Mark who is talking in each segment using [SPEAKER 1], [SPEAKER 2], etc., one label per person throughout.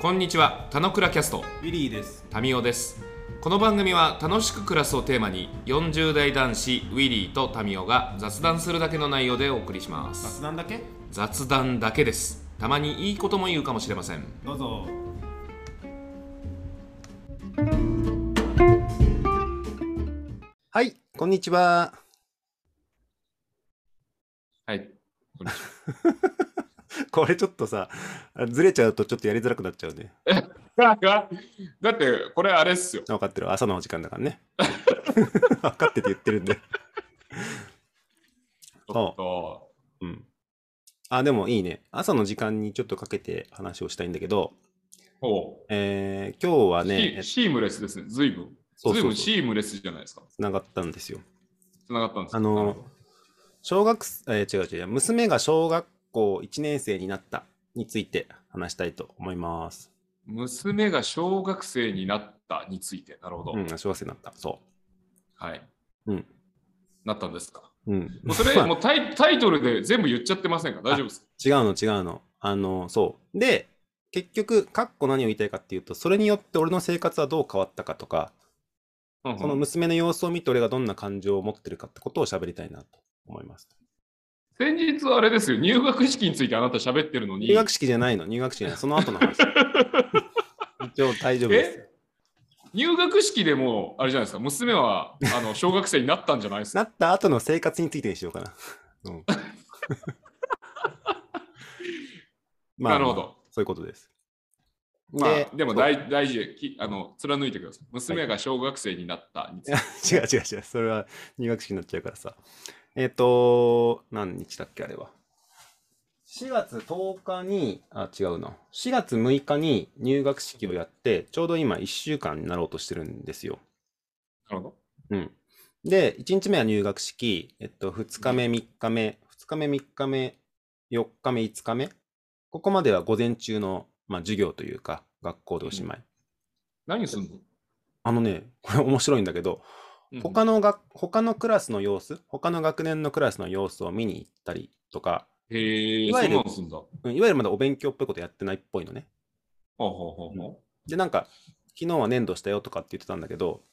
[SPEAKER 1] こんにちは、たのくらキャスト、
[SPEAKER 2] ウィリーです。
[SPEAKER 1] タミオです。この番組は楽しく暮らすをテーマに、40代男子ウィリーとタミオが雑談するだけの内容でお送りします。
[SPEAKER 2] 雑談だけ
[SPEAKER 1] 雑談だけです。たまにいいことも言うかもしれません。
[SPEAKER 2] どうぞ。
[SPEAKER 3] はい、こんにちは。
[SPEAKER 1] はい。
[SPEAKER 3] これちょっとさ、あずれちゃうとちょっとやりづらくなっちゃうね。
[SPEAKER 1] だって、これあれっすよ。
[SPEAKER 3] 分かってる、朝のお時間だからね。分かってて言ってるんで。
[SPEAKER 1] ちょっと。
[SPEAKER 3] うん。あ、でもいいね。朝の時間にちょっとかけて話をしたいんだけど、
[SPEAKER 1] ほ
[SPEAKER 3] えー今日は
[SPEAKER 1] う
[SPEAKER 3] ね、え
[SPEAKER 1] シームレスですね、ずいぶん。
[SPEAKER 3] そうそうそう
[SPEAKER 1] ームレスじゃないですか。
[SPEAKER 3] つながったんですよ。
[SPEAKER 1] つながったんです
[SPEAKER 3] あの、小学す、えー違う違う、娘が小学校1年生になったについて話したいと思います。
[SPEAKER 1] 娘が小学生になったについて、なるほど。
[SPEAKER 3] うん、小学生になった。そ
[SPEAKER 1] はい。
[SPEAKER 3] うん
[SPEAKER 1] なったんですか。
[SPEAKER 3] う。うん。
[SPEAKER 1] もうそれ、もうタイタイトルで全部言っちゃってませんか大丈夫ですか
[SPEAKER 3] 違うの違うの。あの、そう。で、結局、かっこ何を言いたいかっていうと、それによって俺の生活はどう変わったかとか、
[SPEAKER 1] うんうん
[SPEAKER 3] その娘の様子を見て俺がどんな感情を持ってるかってことを喋りたいなと思います。
[SPEAKER 1] 先日あれですよ、入学式についてあなた喋ってるのに、
[SPEAKER 3] 入学式じゃないの、入学式じゃない、その後の 話。一応大丈夫ですよ。
[SPEAKER 1] 入学式でも、あれじゃないですか、娘はあ の小学生になったんじゃないですか。
[SPEAKER 3] なった後の生活についてにしようかな。 うん、まあ
[SPEAKER 1] なるほど。
[SPEAKER 3] そういうことです。
[SPEAKER 1] ま
[SPEAKER 3] で
[SPEAKER 1] あ、でも 大大事できあの、貫いてください。娘
[SPEAKER 3] はい
[SPEAKER 1] が小学生になったについて。
[SPEAKER 3] 違う違う違う、それは入学式になっちゃうからさ。えっ、と、何日だっけ、あれは。4月10日に、あ、違うな。4月6日に入学式をやって、ちょうど今1週間になろうとしてるんですよ。
[SPEAKER 1] なるほど。
[SPEAKER 3] うん。で、1日目は入学式、えっと、2日目、3日目、2日目、3日目、4日目、5日目。ここまでは午前中の、まあ、授業というか、学校でおしまい。
[SPEAKER 1] 何すんの、
[SPEAKER 3] あのね、これ面白いんだけど、
[SPEAKER 1] うん
[SPEAKER 3] 他の学他のクラスの様子、他の学年のクラスの様子を見に行ったりとか、
[SPEAKER 1] へえ、
[SPEAKER 3] い
[SPEAKER 1] そ
[SPEAKER 3] わ
[SPEAKER 1] う
[SPEAKER 3] ゆる
[SPEAKER 1] なんすんだ。ほう
[SPEAKER 3] うんいわゆるまだお勉強っぽいことやってないっぽいのね。
[SPEAKER 1] ほうほうほ
[SPEAKER 3] で、なんか、昨日は粘土したよとかって言ってたんだけど、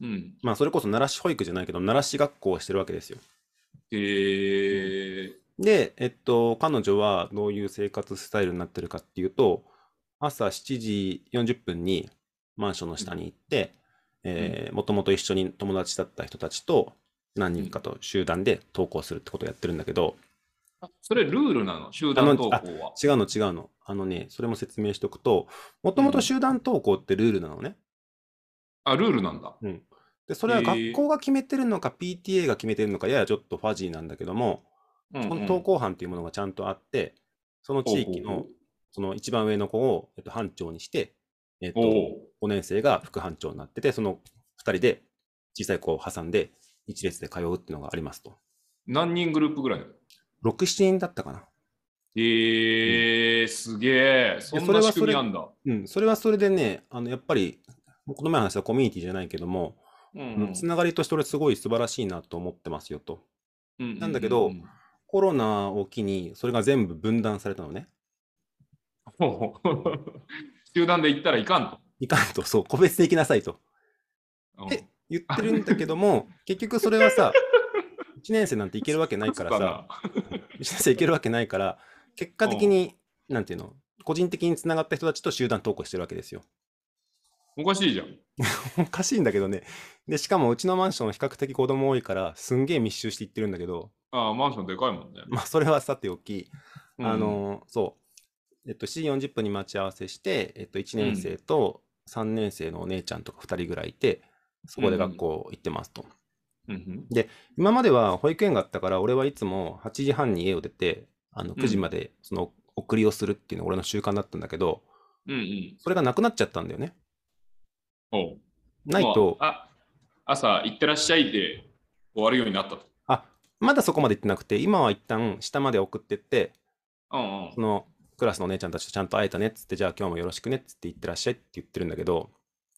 [SPEAKER 1] う。うん。
[SPEAKER 3] まあ、それこそ奈良市保育じゃないけど、奈良市学校をしてるわけですよ。
[SPEAKER 1] へえ、
[SPEAKER 3] で、えっと、彼女はどういう生活スタイルになってるかっていうと、朝7時40分にマンションの下に行って、えー、もともと一緒に友達だった人たちと何人かと集団で登校するってことをやってるんだけど、
[SPEAKER 1] あそれルールなの集団登校
[SPEAKER 3] あ
[SPEAKER 1] は。
[SPEAKER 3] 違うの違うの。あのね、それも説明しておくと、もともと集団登校ってルールなのね。
[SPEAKER 1] あ、ルールなんだ。
[SPEAKER 3] で、それは
[SPEAKER 1] へー
[SPEAKER 3] 学校が決めてるのか、PTA が決めてるのか、ややちょっとファジーなんだけども、
[SPEAKER 1] うんうん
[SPEAKER 3] その登校班というものがちゃんとあって、その地域
[SPEAKER 1] ほうほう
[SPEAKER 3] の
[SPEAKER 1] ほう
[SPEAKER 3] その一番上の子を、えっと、班長にして、えっと、
[SPEAKER 1] おおう。
[SPEAKER 3] 5年生が副班長になってて、その2人で小さい子を挟んで、一列で通うっていうのがありますと。
[SPEAKER 1] 何人グループぐらいなの
[SPEAKER 3] 6、7人だったかな。
[SPEAKER 1] えー、すげえ。そん
[SPEAKER 3] それ
[SPEAKER 1] な
[SPEAKER 3] は
[SPEAKER 1] 仕組み
[SPEAKER 3] そ
[SPEAKER 1] な
[SPEAKER 3] れ
[SPEAKER 1] んだ。
[SPEAKER 3] うん、それはそれでね、あのやっぱり、この前話したコミュニティじゃないけども、
[SPEAKER 1] うん
[SPEAKER 3] つながりとして俺すごい素晴らしいなと思ってますよと。
[SPEAKER 1] うん
[SPEAKER 3] なんだけど
[SPEAKER 1] うう
[SPEAKER 3] コロナを機にそれが全部分断されたのね。
[SPEAKER 1] ほう集団で行ったらいかん
[SPEAKER 3] いかんと、そう、個別で行きなさいと
[SPEAKER 1] と。うん
[SPEAKER 3] え言ってるんだけ ども、結局それはさ、1年生なんて行けるわけないからさ、1年生行けるわけ ないから、結果的に、なんていうの、個人的につながった人たちと集団投稿してるわけですよ。
[SPEAKER 1] おかしいじゃん。
[SPEAKER 3] おかしいんだけどね。で、しかもうちのマンション比較的子供多いから、すんげえ密集していってるんだけど、
[SPEAKER 1] ああ、マンションでかいもんね。
[SPEAKER 3] まあそれはさておき、
[SPEAKER 1] うん
[SPEAKER 3] あ、のそう、えっと、7時40分に待ち合わせして、えっと、1年生と3年生のお姉ちゃんとか2人ぐらいいて、そこで学校行ってますと。
[SPEAKER 1] うんうん
[SPEAKER 3] 今までは保育園があったから、俺はいつも8時半に家を出て、あの9時までその送りをするっていうのが俺の習慣だったんだけど、
[SPEAKER 1] うんうん。
[SPEAKER 3] それがなくなっちゃったんだよね。
[SPEAKER 1] おう
[SPEAKER 3] ない
[SPEAKER 1] もう
[SPEAKER 3] と、
[SPEAKER 1] あ朝、行ってらっしゃいで終わるようになったと。
[SPEAKER 3] あまだそこまで行ってなくて、今は一旦下まで送ってって、
[SPEAKER 1] うん
[SPEAKER 3] そのクラスのお姉ちゃんたちとちゃんと会えたねっつって、じゃあ今日もよろしくねっつって行ってらっしゃいって言ってるんだけど、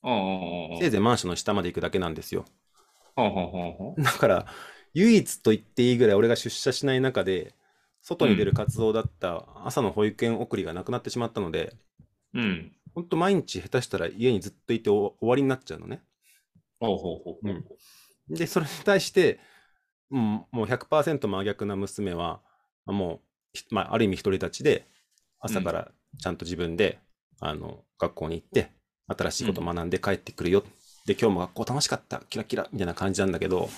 [SPEAKER 1] うん。うんうんうんうん。
[SPEAKER 3] せいぜいマンションの下まで行くだけなんですよ。
[SPEAKER 1] ほうほうほうほう
[SPEAKER 3] だから唯一と言っていいぐらい俺が出社しない中で外に出る活動だった朝の保育園送りがなくなってしまったので、
[SPEAKER 1] うん。
[SPEAKER 3] ほんと毎日下手したら家にずっといてお終わりになっちゃうのね。
[SPEAKER 1] ほうほうほう。
[SPEAKER 3] うんで、それに対して、うん、もう100%真逆な娘は、まあもうひ、まあ、ある意味独り立ちで、朝からちゃんと自分で、あの、学校に行って、新しいこと学んで帰ってくるよ。で、今日も学校楽しかった、キラキラ、みたいな感じなんだけど、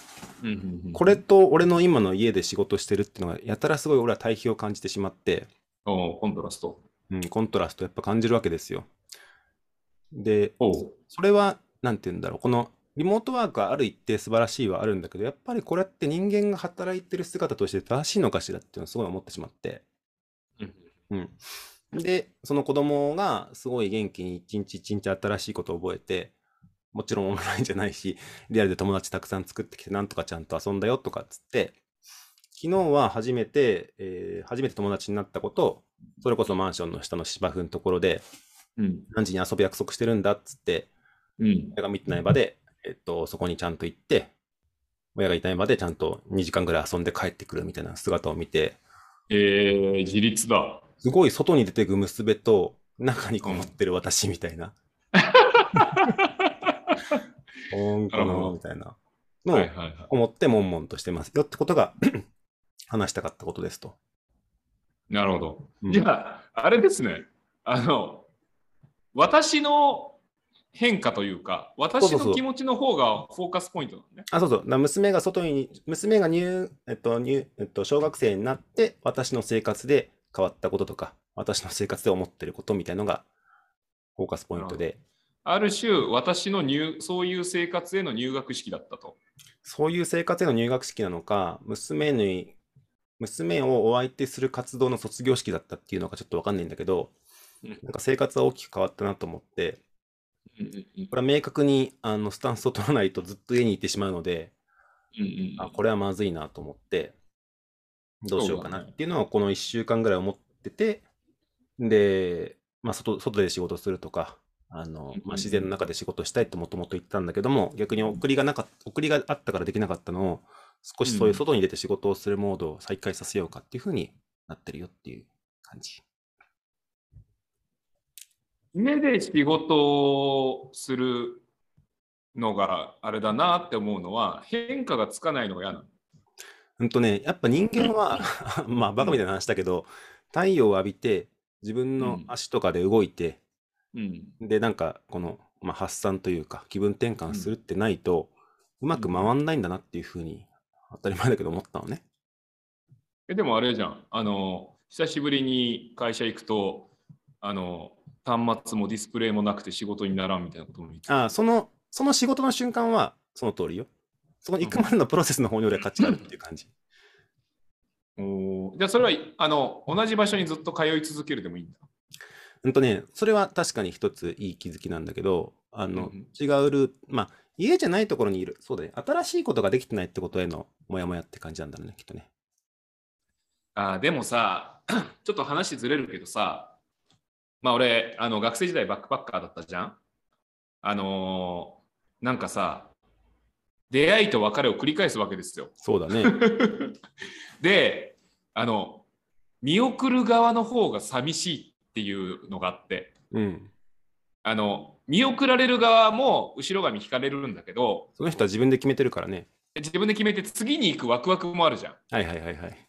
[SPEAKER 1] うんうんうん
[SPEAKER 3] これと俺の今の家で仕事してるっていうのが、やたらすごい俺は対比を感じてしまって、
[SPEAKER 1] おうコントラスト。
[SPEAKER 3] うん、コントラストやっぱ感じるわけですよ。で、
[SPEAKER 1] おう
[SPEAKER 3] それは、なんて言うんだろう、このリモートワークはある一定素晴らしいはあるんだけど、やっぱりこれって人間が働いてる姿として正しいのかしらっていうのをすごい思ってしまって。
[SPEAKER 1] うん
[SPEAKER 3] うん。で、その子供がすごい元気に一日一日新しいことを覚えて、もちろんオンラインじゃないし、リアルで友達たくさん作ってきて、なんとかちゃんと遊んだよとかっつって、昨日は初めて、えー初めて友達になったことを、それこそマンションの下の芝生のところで、
[SPEAKER 1] うん
[SPEAKER 3] 何時に遊ぶ約束してるんだっつって、
[SPEAKER 1] うん
[SPEAKER 3] 親が見てない場で、えっと、そこにちゃんと行って、親がいない場でちゃんと2時間ぐらい遊んで帰ってくるみたいな姿を見て、
[SPEAKER 1] えー、自立だ。
[SPEAKER 3] すごい外に出てく娘と中にこもってる私みたいな、うん、 か
[SPEAKER 1] なるほ
[SPEAKER 3] な
[SPEAKER 1] ど
[SPEAKER 3] みたいな
[SPEAKER 1] は
[SPEAKER 3] の
[SPEAKER 1] いは
[SPEAKER 3] を
[SPEAKER 1] いは
[SPEAKER 3] 思って悶々としてますよってことが 話したかったことですと。
[SPEAKER 1] い。なるほど。
[SPEAKER 3] うん
[SPEAKER 1] じゃあ、あれですね。あの、私の変化というか、私
[SPEAKER 3] そうそうそ
[SPEAKER 1] の
[SPEAKER 3] う
[SPEAKER 1] 気持ちの方がフォーカスポイントなのね。
[SPEAKER 3] あ、そうそう。な娘が外に、娘が入、えっと、入、えっと、小学生になって、私の生活で変わったこととか、私の生活で思ってることみたいのが、フォーカスポイントで、
[SPEAKER 1] ある種、私の入、そういう生活への入学式だったと。
[SPEAKER 3] そういう生活への入学式なのか、娘に、娘をお相手する活動の卒業式だったっていうのかちょっとわかんないんだけど
[SPEAKER 1] うん、
[SPEAKER 3] なんか生活は大きく変わったなと思って、
[SPEAKER 1] うんうんうん
[SPEAKER 3] これは明確に、あの、スタンスを取らないとずっと家にいてしまうので、
[SPEAKER 1] うん
[SPEAKER 3] あ、これはまずいなと思って、どうしようかなっていうのをこの1週間ぐらい思ってて、で、まあ、外、外で仕事するとか、あ
[SPEAKER 1] う
[SPEAKER 3] の
[SPEAKER 1] んうん、
[SPEAKER 3] まあ、自然の中で仕事したいってもともと言ってたんだけども、逆に送りがなかっ送りがあったからできなかったのを、少しそういう外に出て仕事をするモードを再開させようかっていうふうになってるよっていう感じ。
[SPEAKER 1] 家で仕事をするのがあれだなって思うのは変化がつかないのが嫌なの。
[SPEAKER 3] うんとね、やっぱ人間は、 まあ、バカみたいな話だけど、太陽を浴びて、自分
[SPEAKER 1] う
[SPEAKER 3] の
[SPEAKER 1] ん
[SPEAKER 3] 足とかで動いて、
[SPEAKER 1] うん
[SPEAKER 3] で、なんか、この、まあ、発散というか、気分転換するってないと、うまく回んないんだなっていうふうに、当たり前だけど思ったのね。
[SPEAKER 1] えでもあれじゃんあの久しぶりに会社行くとあの端末もディスプレイもなくて仕事にならんみたいなことも言って
[SPEAKER 3] ああ、その、その仕事の瞬間は、その通りよ。その行くまでのプロセスの方に俺は価値があるっていう感じ。
[SPEAKER 1] おーじゃあそれはあの同じ場所にずっと通い続けるでもいいんだ。
[SPEAKER 3] うんとね、それは確かに一ついい気づきなんだけど、あの、
[SPEAKER 1] うん
[SPEAKER 3] 違うルート、まあ、家じゃないところにいる。そうだね。新しいことができてないってことへのモヤモヤって感じなんだろうね、きっとね。
[SPEAKER 1] あーでもさ ちょっと話ずれるけどさまあ俺あの学生時代バックパッカーだったじゃんあのーなんかさ出会いと別れを繰り返すわけですよ
[SPEAKER 3] そうだね。
[SPEAKER 1] であの見送る側の方が寂しいっていうのがあって
[SPEAKER 3] うん。
[SPEAKER 1] あの見送られる側も後ろ髪引かれるんだけど
[SPEAKER 3] その人は自分で決めてるからね。
[SPEAKER 1] 自分で決めて次に行くワクワクもあるじゃん
[SPEAKER 3] はいはいはいはい。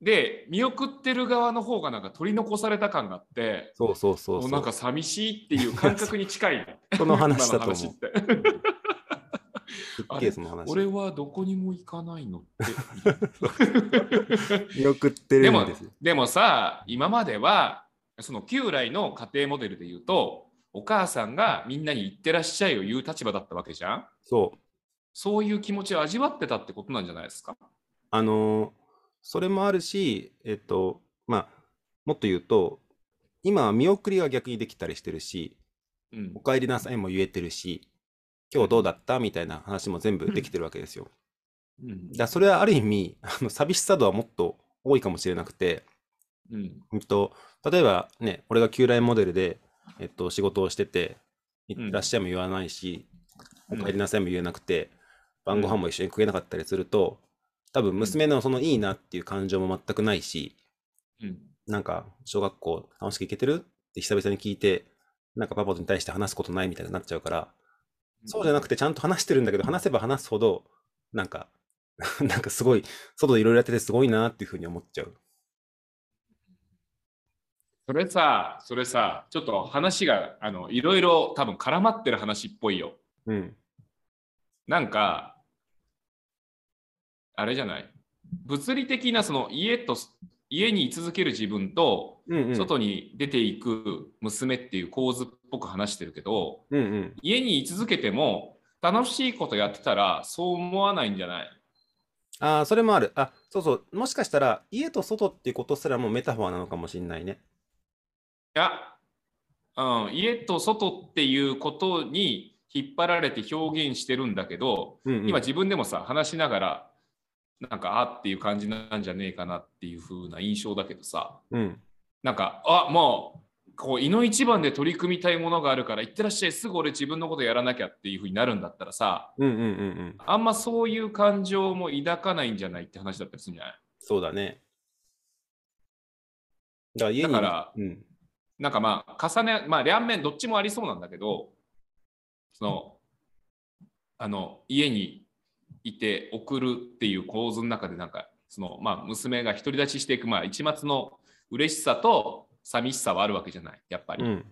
[SPEAKER 1] で見送ってる側の方がなんか取り残された感があって
[SPEAKER 3] そうそうそう
[SPEAKER 1] も
[SPEAKER 3] そうう。
[SPEAKER 1] なんか寂しいっていう感覚に近 い
[SPEAKER 3] その
[SPEAKER 1] 今
[SPEAKER 3] 話だ
[SPEAKER 1] の
[SPEAKER 3] と思 う。
[SPEAKER 1] 話
[SPEAKER 3] す
[SPEAKER 1] って
[SPEAKER 3] っげえその話。
[SPEAKER 1] 俺はどこにも行かないのって
[SPEAKER 3] 見送って
[SPEAKER 1] で
[SPEAKER 3] る
[SPEAKER 1] も
[SPEAKER 3] んですよ。
[SPEAKER 1] でもさ今まではその旧来の家庭モデルで言うとお母さんがみんなに行ってらっしゃいを言う立場だったわけじゃん
[SPEAKER 3] そう。
[SPEAKER 1] そういう気持ちを味わってたってことなんじゃないですか
[SPEAKER 3] あのーそれもあるし、えっと、まあ、もっと言うと、今は見送りが逆にできたりしてるし、
[SPEAKER 1] うん
[SPEAKER 3] お帰りなさいも言えてるし、今日どうだったみたいな話も全部できてるわけですよ。
[SPEAKER 1] うん
[SPEAKER 3] だからそれはある意味、あの寂しさ度はもっと多いかもしれなくて、
[SPEAKER 1] うん
[SPEAKER 3] うんと、例えばね、俺が旧来モデルで、えっと、仕事をしてて、い
[SPEAKER 1] うん
[SPEAKER 3] らっしゃいも言わないし、
[SPEAKER 1] うん
[SPEAKER 3] お帰りなさいも言えなくて、晩ご飯も一緒に食えなかったりすると、多分娘のそのいいなっていう感情も全くないし、
[SPEAKER 1] うん
[SPEAKER 3] なんか、小学校楽しく行けてるって久々に聞いて、なんかパパに対して話すことないみたいになっちゃうから、そうじゃなくてちゃんと話してるんだけど、話せば話すほど、なんか、 なんかすごい、外でいろいろやっててすごいなっていうふうに思っちゃう。
[SPEAKER 1] それさ、それさ、ちょっと話があのいろいろ多分絡まってる話っぽいよ。
[SPEAKER 3] うん。
[SPEAKER 1] なんか、あれじゃない。物理的なその家と家に居続ける自分と
[SPEAKER 3] うんうん。
[SPEAKER 1] 外に出ていく娘っていう構図っぽく話してるけど、
[SPEAKER 3] うんうん。
[SPEAKER 1] 家に居続けても楽しいことやってたらそう思わないんじゃない
[SPEAKER 3] ああ、それもある。あ、そうそう。もしかしたら、家と外っていうことすらもメタファーなのかもしれないね。
[SPEAKER 1] いや、うん、家と外っていうことに引っ張られて表現してるんだけど、
[SPEAKER 3] うん、うん。
[SPEAKER 1] 今自分でもさ話しながらなんかあっていう感じなんじゃねえかなっていう風な印象だけどさ
[SPEAKER 3] うん。
[SPEAKER 1] なんかあもうこう胃の一番で取り組みたいものがあるから行ってらっしゃいすぐ俺自分のことやらなきゃっていう風になるんだったらさ
[SPEAKER 3] うんうんうんうん。
[SPEAKER 1] あんまそういう感情も抱かないんじゃないって話だったりするんじゃない
[SPEAKER 3] そうだね。だから家に。
[SPEAKER 1] だから
[SPEAKER 3] うん。
[SPEAKER 1] なんかまあ重ねまあ両面どっちもありそうなんだけどそのあの家にいて送るっていう構図の中でなんかそのまあ娘が独り立ちしていくまあ一末の嬉しさと寂しさはあるわけじゃないやっぱり、
[SPEAKER 3] う
[SPEAKER 1] ま
[SPEAKER 3] ん。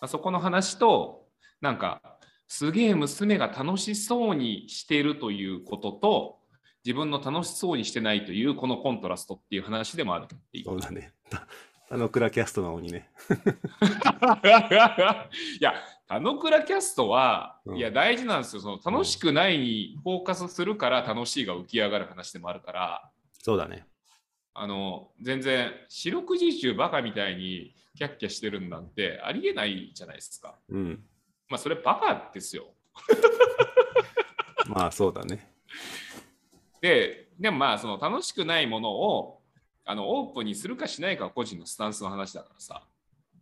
[SPEAKER 1] あ、そこの話となんかすげえ娘が楽しそうにしてるということと自分の楽しそうにしてないというこのコントラストっていう話でもあるっていう
[SPEAKER 3] そうだね。 あの、クラキャストの鬼ね。
[SPEAKER 1] いや、田野倉キャストは、
[SPEAKER 3] うん
[SPEAKER 1] いや、大事なんですよ。その楽しくないにフォーカスするから、楽しいが浮き上がる話でもあるから、
[SPEAKER 3] そうだね。
[SPEAKER 1] あの、全然、四六時中バカみたいにキャッキャしてるんなんてありえないじゃないですか。
[SPEAKER 3] うん。
[SPEAKER 1] まあ、それバカですよ。
[SPEAKER 3] まあ、そうだね。
[SPEAKER 1] で、でもまあ、その楽しくないものを、あの、オープンにするかしないかは個人のスタンスの話だからさ、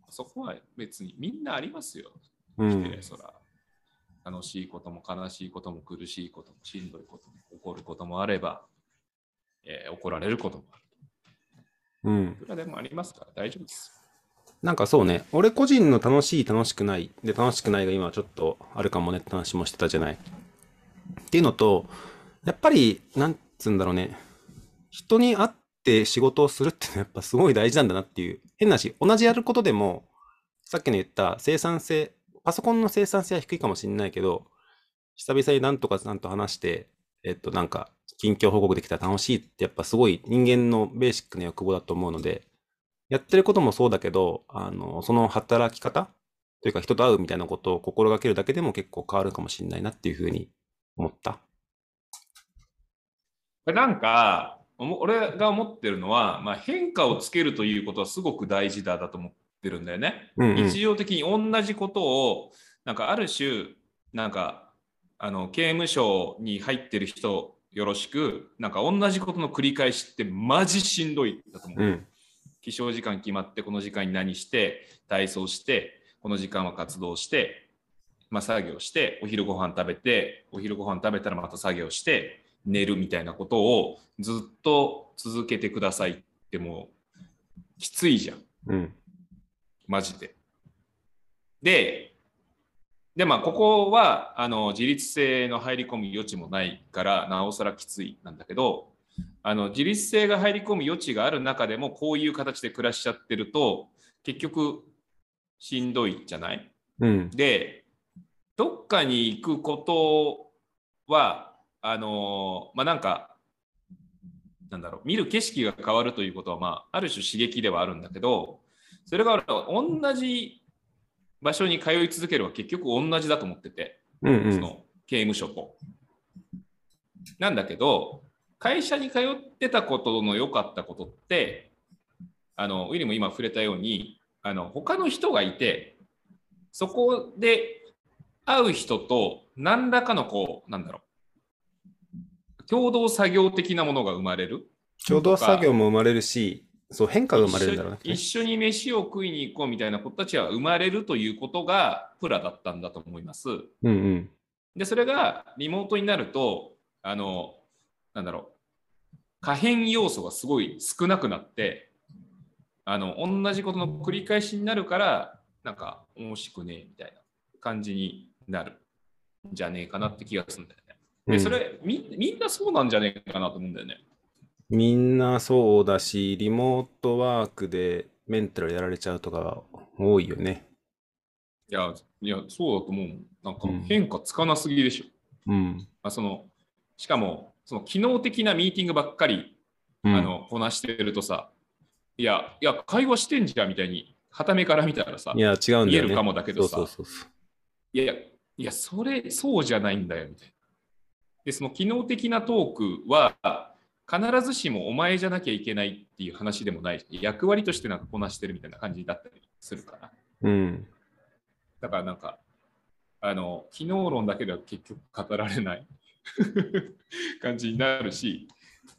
[SPEAKER 1] そこは別にみんなありますよ。
[SPEAKER 3] う
[SPEAKER 1] 来て
[SPEAKER 3] ん。
[SPEAKER 1] そら楽しいことも悲しいことも苦しいこともしんどいことも怒ることもあれば、えー怒られることもある
[SPEAKER 3] うん
[SPEAKER 1] い。くらでもありますから大丈夫です
[SPEAKER 3] なんかそうね、俺個人の楽しい、楽しくない。で、楽しくないが今ちょっとあるかもねって話もしてたじゃない。っていうのと、やっぱり、なんつうんだろうね、人に会って仕事をするっていうのはやっぱすごい大事なんだなっていう。変なし、同じやることでも、さっきの言った生産性、パソコンの生産性は低いかもしれないけど、久々になんとかなんと話して、えっと、なんか、近況報告できたら楽しいって、やっぱすごい人間のベーシックな欲望だと思うので、やってることもそうだけど、あの、その働き方というか人と会うみたいなことを心がけるだけでも結構変わるかもしれないなっていうふうに思った。
[SPEAKER 1] これなんかおも俺が思ってるのは、まあ、変化をつけるということはすごく大事だだと思ってるんだよね、
[SPEAKER 3] うん、
[SPEAKER 1] 日常的に同じことをなんかある種なんかあの刑務所に入ってる人よろしくなんか同じことの繰り返しってマジしんどいだと思う、
[SPEAKER 3] うん。
[SPEAKER 1] 起床時間決まってこの時間に何して体操してこの時間は活動して、まあ、作業してお昼ご飯食べてお昼ご飯食べたらまた作業して寝るみたいなことをずっと続けてくださいってもうきついじゃん
[SPEAKER 3] うん。
[SPEAKER 1] マジで。で、でまあ、ここはあの自律性の入り込む余地もないからなおさらきついなんだけどあの自律性が入り込む余地がある中でもこういう形で暮らしちゃってると結局しんどいじゃない
[SPEAKER 3] うん。
[SPEAKER 1] でどっかに行くことはあのまあなんかなんだろう見る景色が変わるということは、まあ、ある種刺激ではあるんだけどそれが俺は同じ場所に通い続けるは結局同じだと思ってて、
[SPEAKER 3] うん。う
[SPEAKER 1] そ
[SPEAKER 3] ん。
[SPEAKER 1] の刑務所と。なんだけど会社に通ってたことの良かったことってあのウィリも今触れたようにあの他の人がいてそこで会う人と何らかのこうなんだろう共同作業的なものが生まれる
[SPEAKER 3] 共同作業も生まれるし、そう、変化が生まれるんだろうね。
[SPEAKER 1] 一緒に一緒に飯を食いに行こうみたいな子たちは生まれるということがプラだったんだと思います。
[SPEAKER 3] うんうん。
[SPEAKER 1] で、それがリモートになると、あの、なんだろう、可変要素がすごい少なくなって、あの、同じことの繰り返しになるから、なんか面白くねえみたいな感じになるんじゃねえかなって気がするんだよね。
[SPEAKER 3] う
[SPEAKER 1] で
[SPEAKER 3] ん
[SPEAKER 1] それみみんなそうなんじゃねえかなと思うんだよね。
[SPEAKER 3] みんなそうだし、リモートワークでメンタルやられちゃうとか多いよね。
[SPEAKER 1] いや、いやそうだと思うもん。なんか
[SPEAKER 3] うん
[SPEAKER 1] 変化つかなすぎでしょ。
[SPEAKER 3] うん。
[SPEAKER 1] まあ、そのしかもその機能的なミーティングばっかり
[SPEAKER 3] うん
[SPEAKER 1] あ、のこなしてるとさ、いや、いや、会話してんじゃんみたいに、はためから見たらさ、
[SPEAKER 3] いや、違うんだよね。
[SPEAKER 1] 見えるかもだけどさ
[SPEAKER 3] そうそうそうそう。
[SPEAKER 1] いやいや、いや、それ、そうじゃないんだよ、みたいな。で、その機能的なトークは、必ずしもお前じゃなきゃいけないっていう話でもないし、役割としてなんかこなしてるみたいな感じだったりするから。
[SPEAKER 3] うん。
[SPEAKER 1] だからなんか、あの、機能論だけでは結局語られない 感じになるし、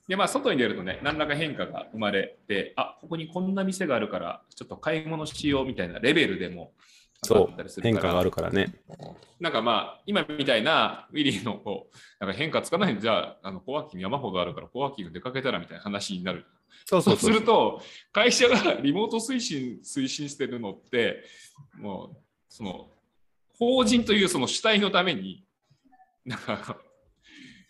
[SPEAKER 1] で、まあ、外に出るとね、何らか変化が生まれて、あ、ここにこんな店があるから、ちょっと買い物しようみたいなレベルでも、
[SPEAKER 3] そ
[SPEAKER 1] あったりする
[SPEAKER 3] う。
[SPEAKER 1] から
[SPEAKER 3] 変化があるからね。
[SPEAKER 1] なんかまあ、今みたいなウィリーのこうなんか変化つかないんじゃあ、あのコワーキング山ほどあるから、コワーキング出かけたらみたいな話になる。
[SPEAKER 3] そう
[SPEAKER 1] そうすると、会社がリモート推進推進してるのって、もう、その、法人というその主体のために、なんか、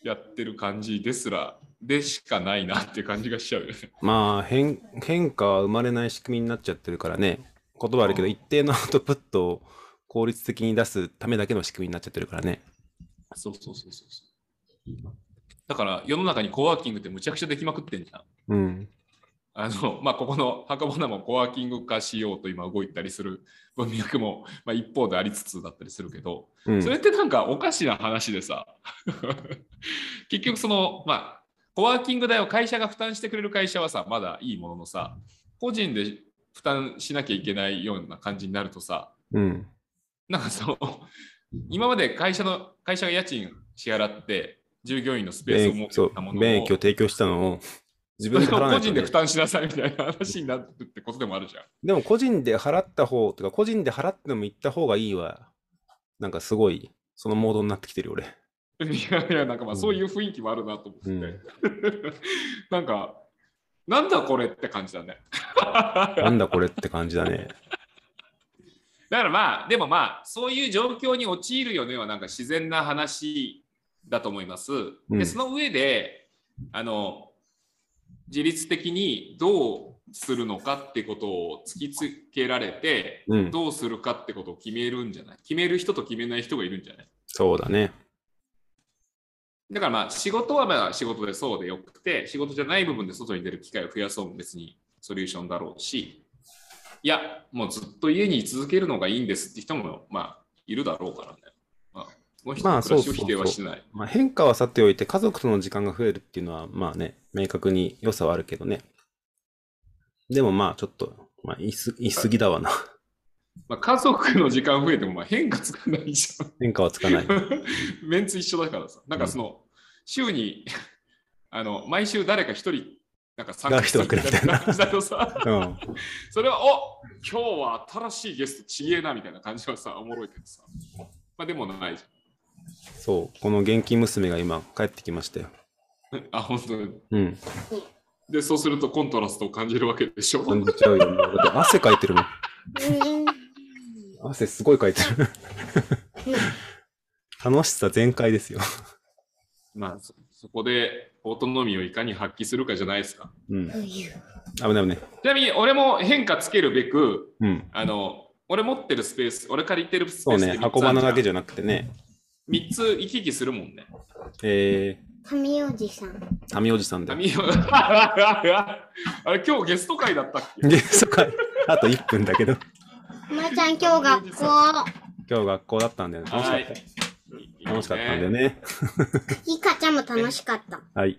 [SPEAKER 1] やってる感じですら、でしかないなっていう感じがしちゃうよね。
[SPEAKER 3] まあ変、変化は生まれない仕組みになっちゃってるからね。言葉あるけど、
[SPEAKER 1] うん
[SPEAKER 3] 一定のアウトプットを効率的に出すためだけの仕組みになっちゃってるからね。
[SPEAKER 1] そうそうそうそうそう。だから、世の中にコワーキングってむちゃくちゃできまくってんじゃん。
[SPEAKER 3] うん。
[SPEAKER 1] あのまあ、ここの墓場もコワーキング化しようと今動いたりする文脈も、まあ、一方でありつつだったりするけど、
[SPEAKER 3] うん、
[SPEAKER 1] それってなんかおかしな話でさ 結局その、まあ、コワーキング代を会社が負担してくれる会社はさまだいいもののさ個人で負担しなきゃいけないような感じになるとさ
[SPEAKER 3] うん。
[SPEAKER 1] なんかその今まで会社の会社が家賃支払って従業員のスペースを設
[SPEAKER 3] 便益そ
[SPEAKER 1] け
[SPEAKER 3] う
[SPEAKER 1] たものを
[SPEAKER 3] 便 益を提供したのを自分で
[SPEAKER 1] そ
[SPEAKER 3] 払
[SPEAKER 1] れ
[SPEAKER 3] わ
[SPEAKER 1] を
[SPEAKER 3] な
[SPEAKER 1] 個人
[SPEAKER 3] いとね、
[SPEAKER 1] で負担しなさいみたいな話になるってことでもあるじゃん。
[SPEAKER 3] でも個人で払った方とか個人で払っても行った方がいいわなんかすごいそのモードになってきてるよ俺
[SPEAKER 1] いやいや、なんかまあ
[SPEAKER 3] うん
[SPEAKER 1] そういう雰囲気もあるなと思って、
[SPEAKER 3] うん
[SPEAKER 1] なんか、なんだこれって感じだね。だか
[SPEAKER 3] なんだこれって感じだね
[SPEAKER 1] らまあ、でもまあ、そういう状況に陥るよねはなんか自然な話だと思います。
[SPEAKER 3] う
[SPEAKER 1] で、
[SPEAKER 3] ん
[SPEAKER 1] その上で、あの、自律的にどうするのかってことを突きつけられて、
[SPEAKER 3] うん
[SPEAKER 1] どうするかってことを決めるんじゃない決める人と決めない人がいるんじゃない
[SPEAKER 3] そうだね
[SPEAKER 1] だからまあ仕事はまあ仕事でそうでよくて、仕事じゃない部分で外に出る機会を増やそうも別にソリューションだろうし、いや、もうずっと家に居続けるのがいいんですって人もまあいるだろうからね。まあ、この人
[SPEAKER 3] ま
[SPEAKER 1] の
[SPEAKER 3] あ
[SPEAKER 1] 暮らし
[SPEAKER 3] そ
[SPEAKER 1] を
[SPEAKER 3] うそ
[SPEAKER 1] 否
[SPEAKER 3] うそ
[SPEAKER 1] 定
[SPEAKER 3] う
[SPEAKER 1] はしない。
[SPEAKER 3] まあ変化はさておいて家族との時間が増えるっていうのはまあね明確に良さはあるけどねでもまあちょっと、まあ、言いす言い過ぎだわな
[SPEAKER 1] まあ、家族の時間増えてもまあ変化つかないじゃん。
[SPEAKER 3] 変化はつかない
[SPEAKER 1] メンツ一緒だからさ。なんかその、週に、あの、毎週誰か一人、なんか参加するみたいな感じだとさ、
[SPEAKER 3] うん
[SPEAKER 1] それは、お今日は新しいゲストちげえなみたいな感じはさ、おもろいけどさ。まあでもないじ
[SPEAKER 3] そうこの現金娘が今帰ってきましたよ
[SPEAKER 1] ゃん。あ、本当に。
[SPEAKER 3] うん
[SPEAKER 1] で、そうするとコントラストを感じるわけでしょ。
[SPEAKER 3] 感じちゃうよねだって汗かいてるもん汗すごいかいてる。楽しさ全開ですよ。
[SPEAKER 1] まあそ、そこでオートノミーをいかに発揮するかじゃないですか。
[SPEAKER 3] うん。危ない危ない。
[SPEAKER 1] ちなみに、俺も変化つけるべく、
[SPEAKER 3] うん。
[SPEAKER 1] あの、俺持ってるスペース、俺借りてるスペ
[SPEAKER 3] そ
[SPEAKER 1] ー
[SPEAKER 3] う
[SPEAKER 1] スで
[SPEAKER 3] ね、箱花だけ
[SPEAKER 1] じゃ
[SPEAKER 3] じゃなくてね、
[SPEAKER 1] 3つ行き来するもんね。
[SPEAKER 3] え
[SPEAKER 2] 神おじさん。
[SPEAKER 3] ー、タミおじさんで。
[SPEAKER 1] 神尾あれ、今日ゲスト会だったっけ
[SPEAKER 3] ゲ スト会、あと1分だけど、
[SPEAKER 2] まーちゃん、今日学校。
[SPEAKER 3] 今日学校だったんだよね。楽しかった。楽しかったんだよね。
[SPEAKER 2] いかちゃんも楽しかった。
[SPEAKER 3] はい。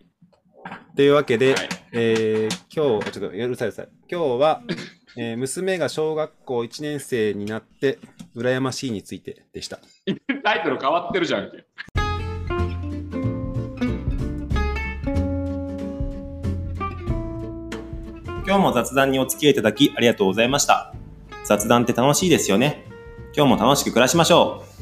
[SPEAKER 3] というわけで、
[SPEAKER 1] はい
[SPEAKER 3] えー今日、ちょっとうるさいうるさい。今日 は、えー娘が小学校1年生になって、羨ましいについてでした。
[SPEAKER 1] タイトル変わってるじゃんけ。
[SPEAKER 4] 今日も雑談にお付き合いいただきありがとうございました。雑談って楽しいですよね。今日も楽しく暮らしましょう。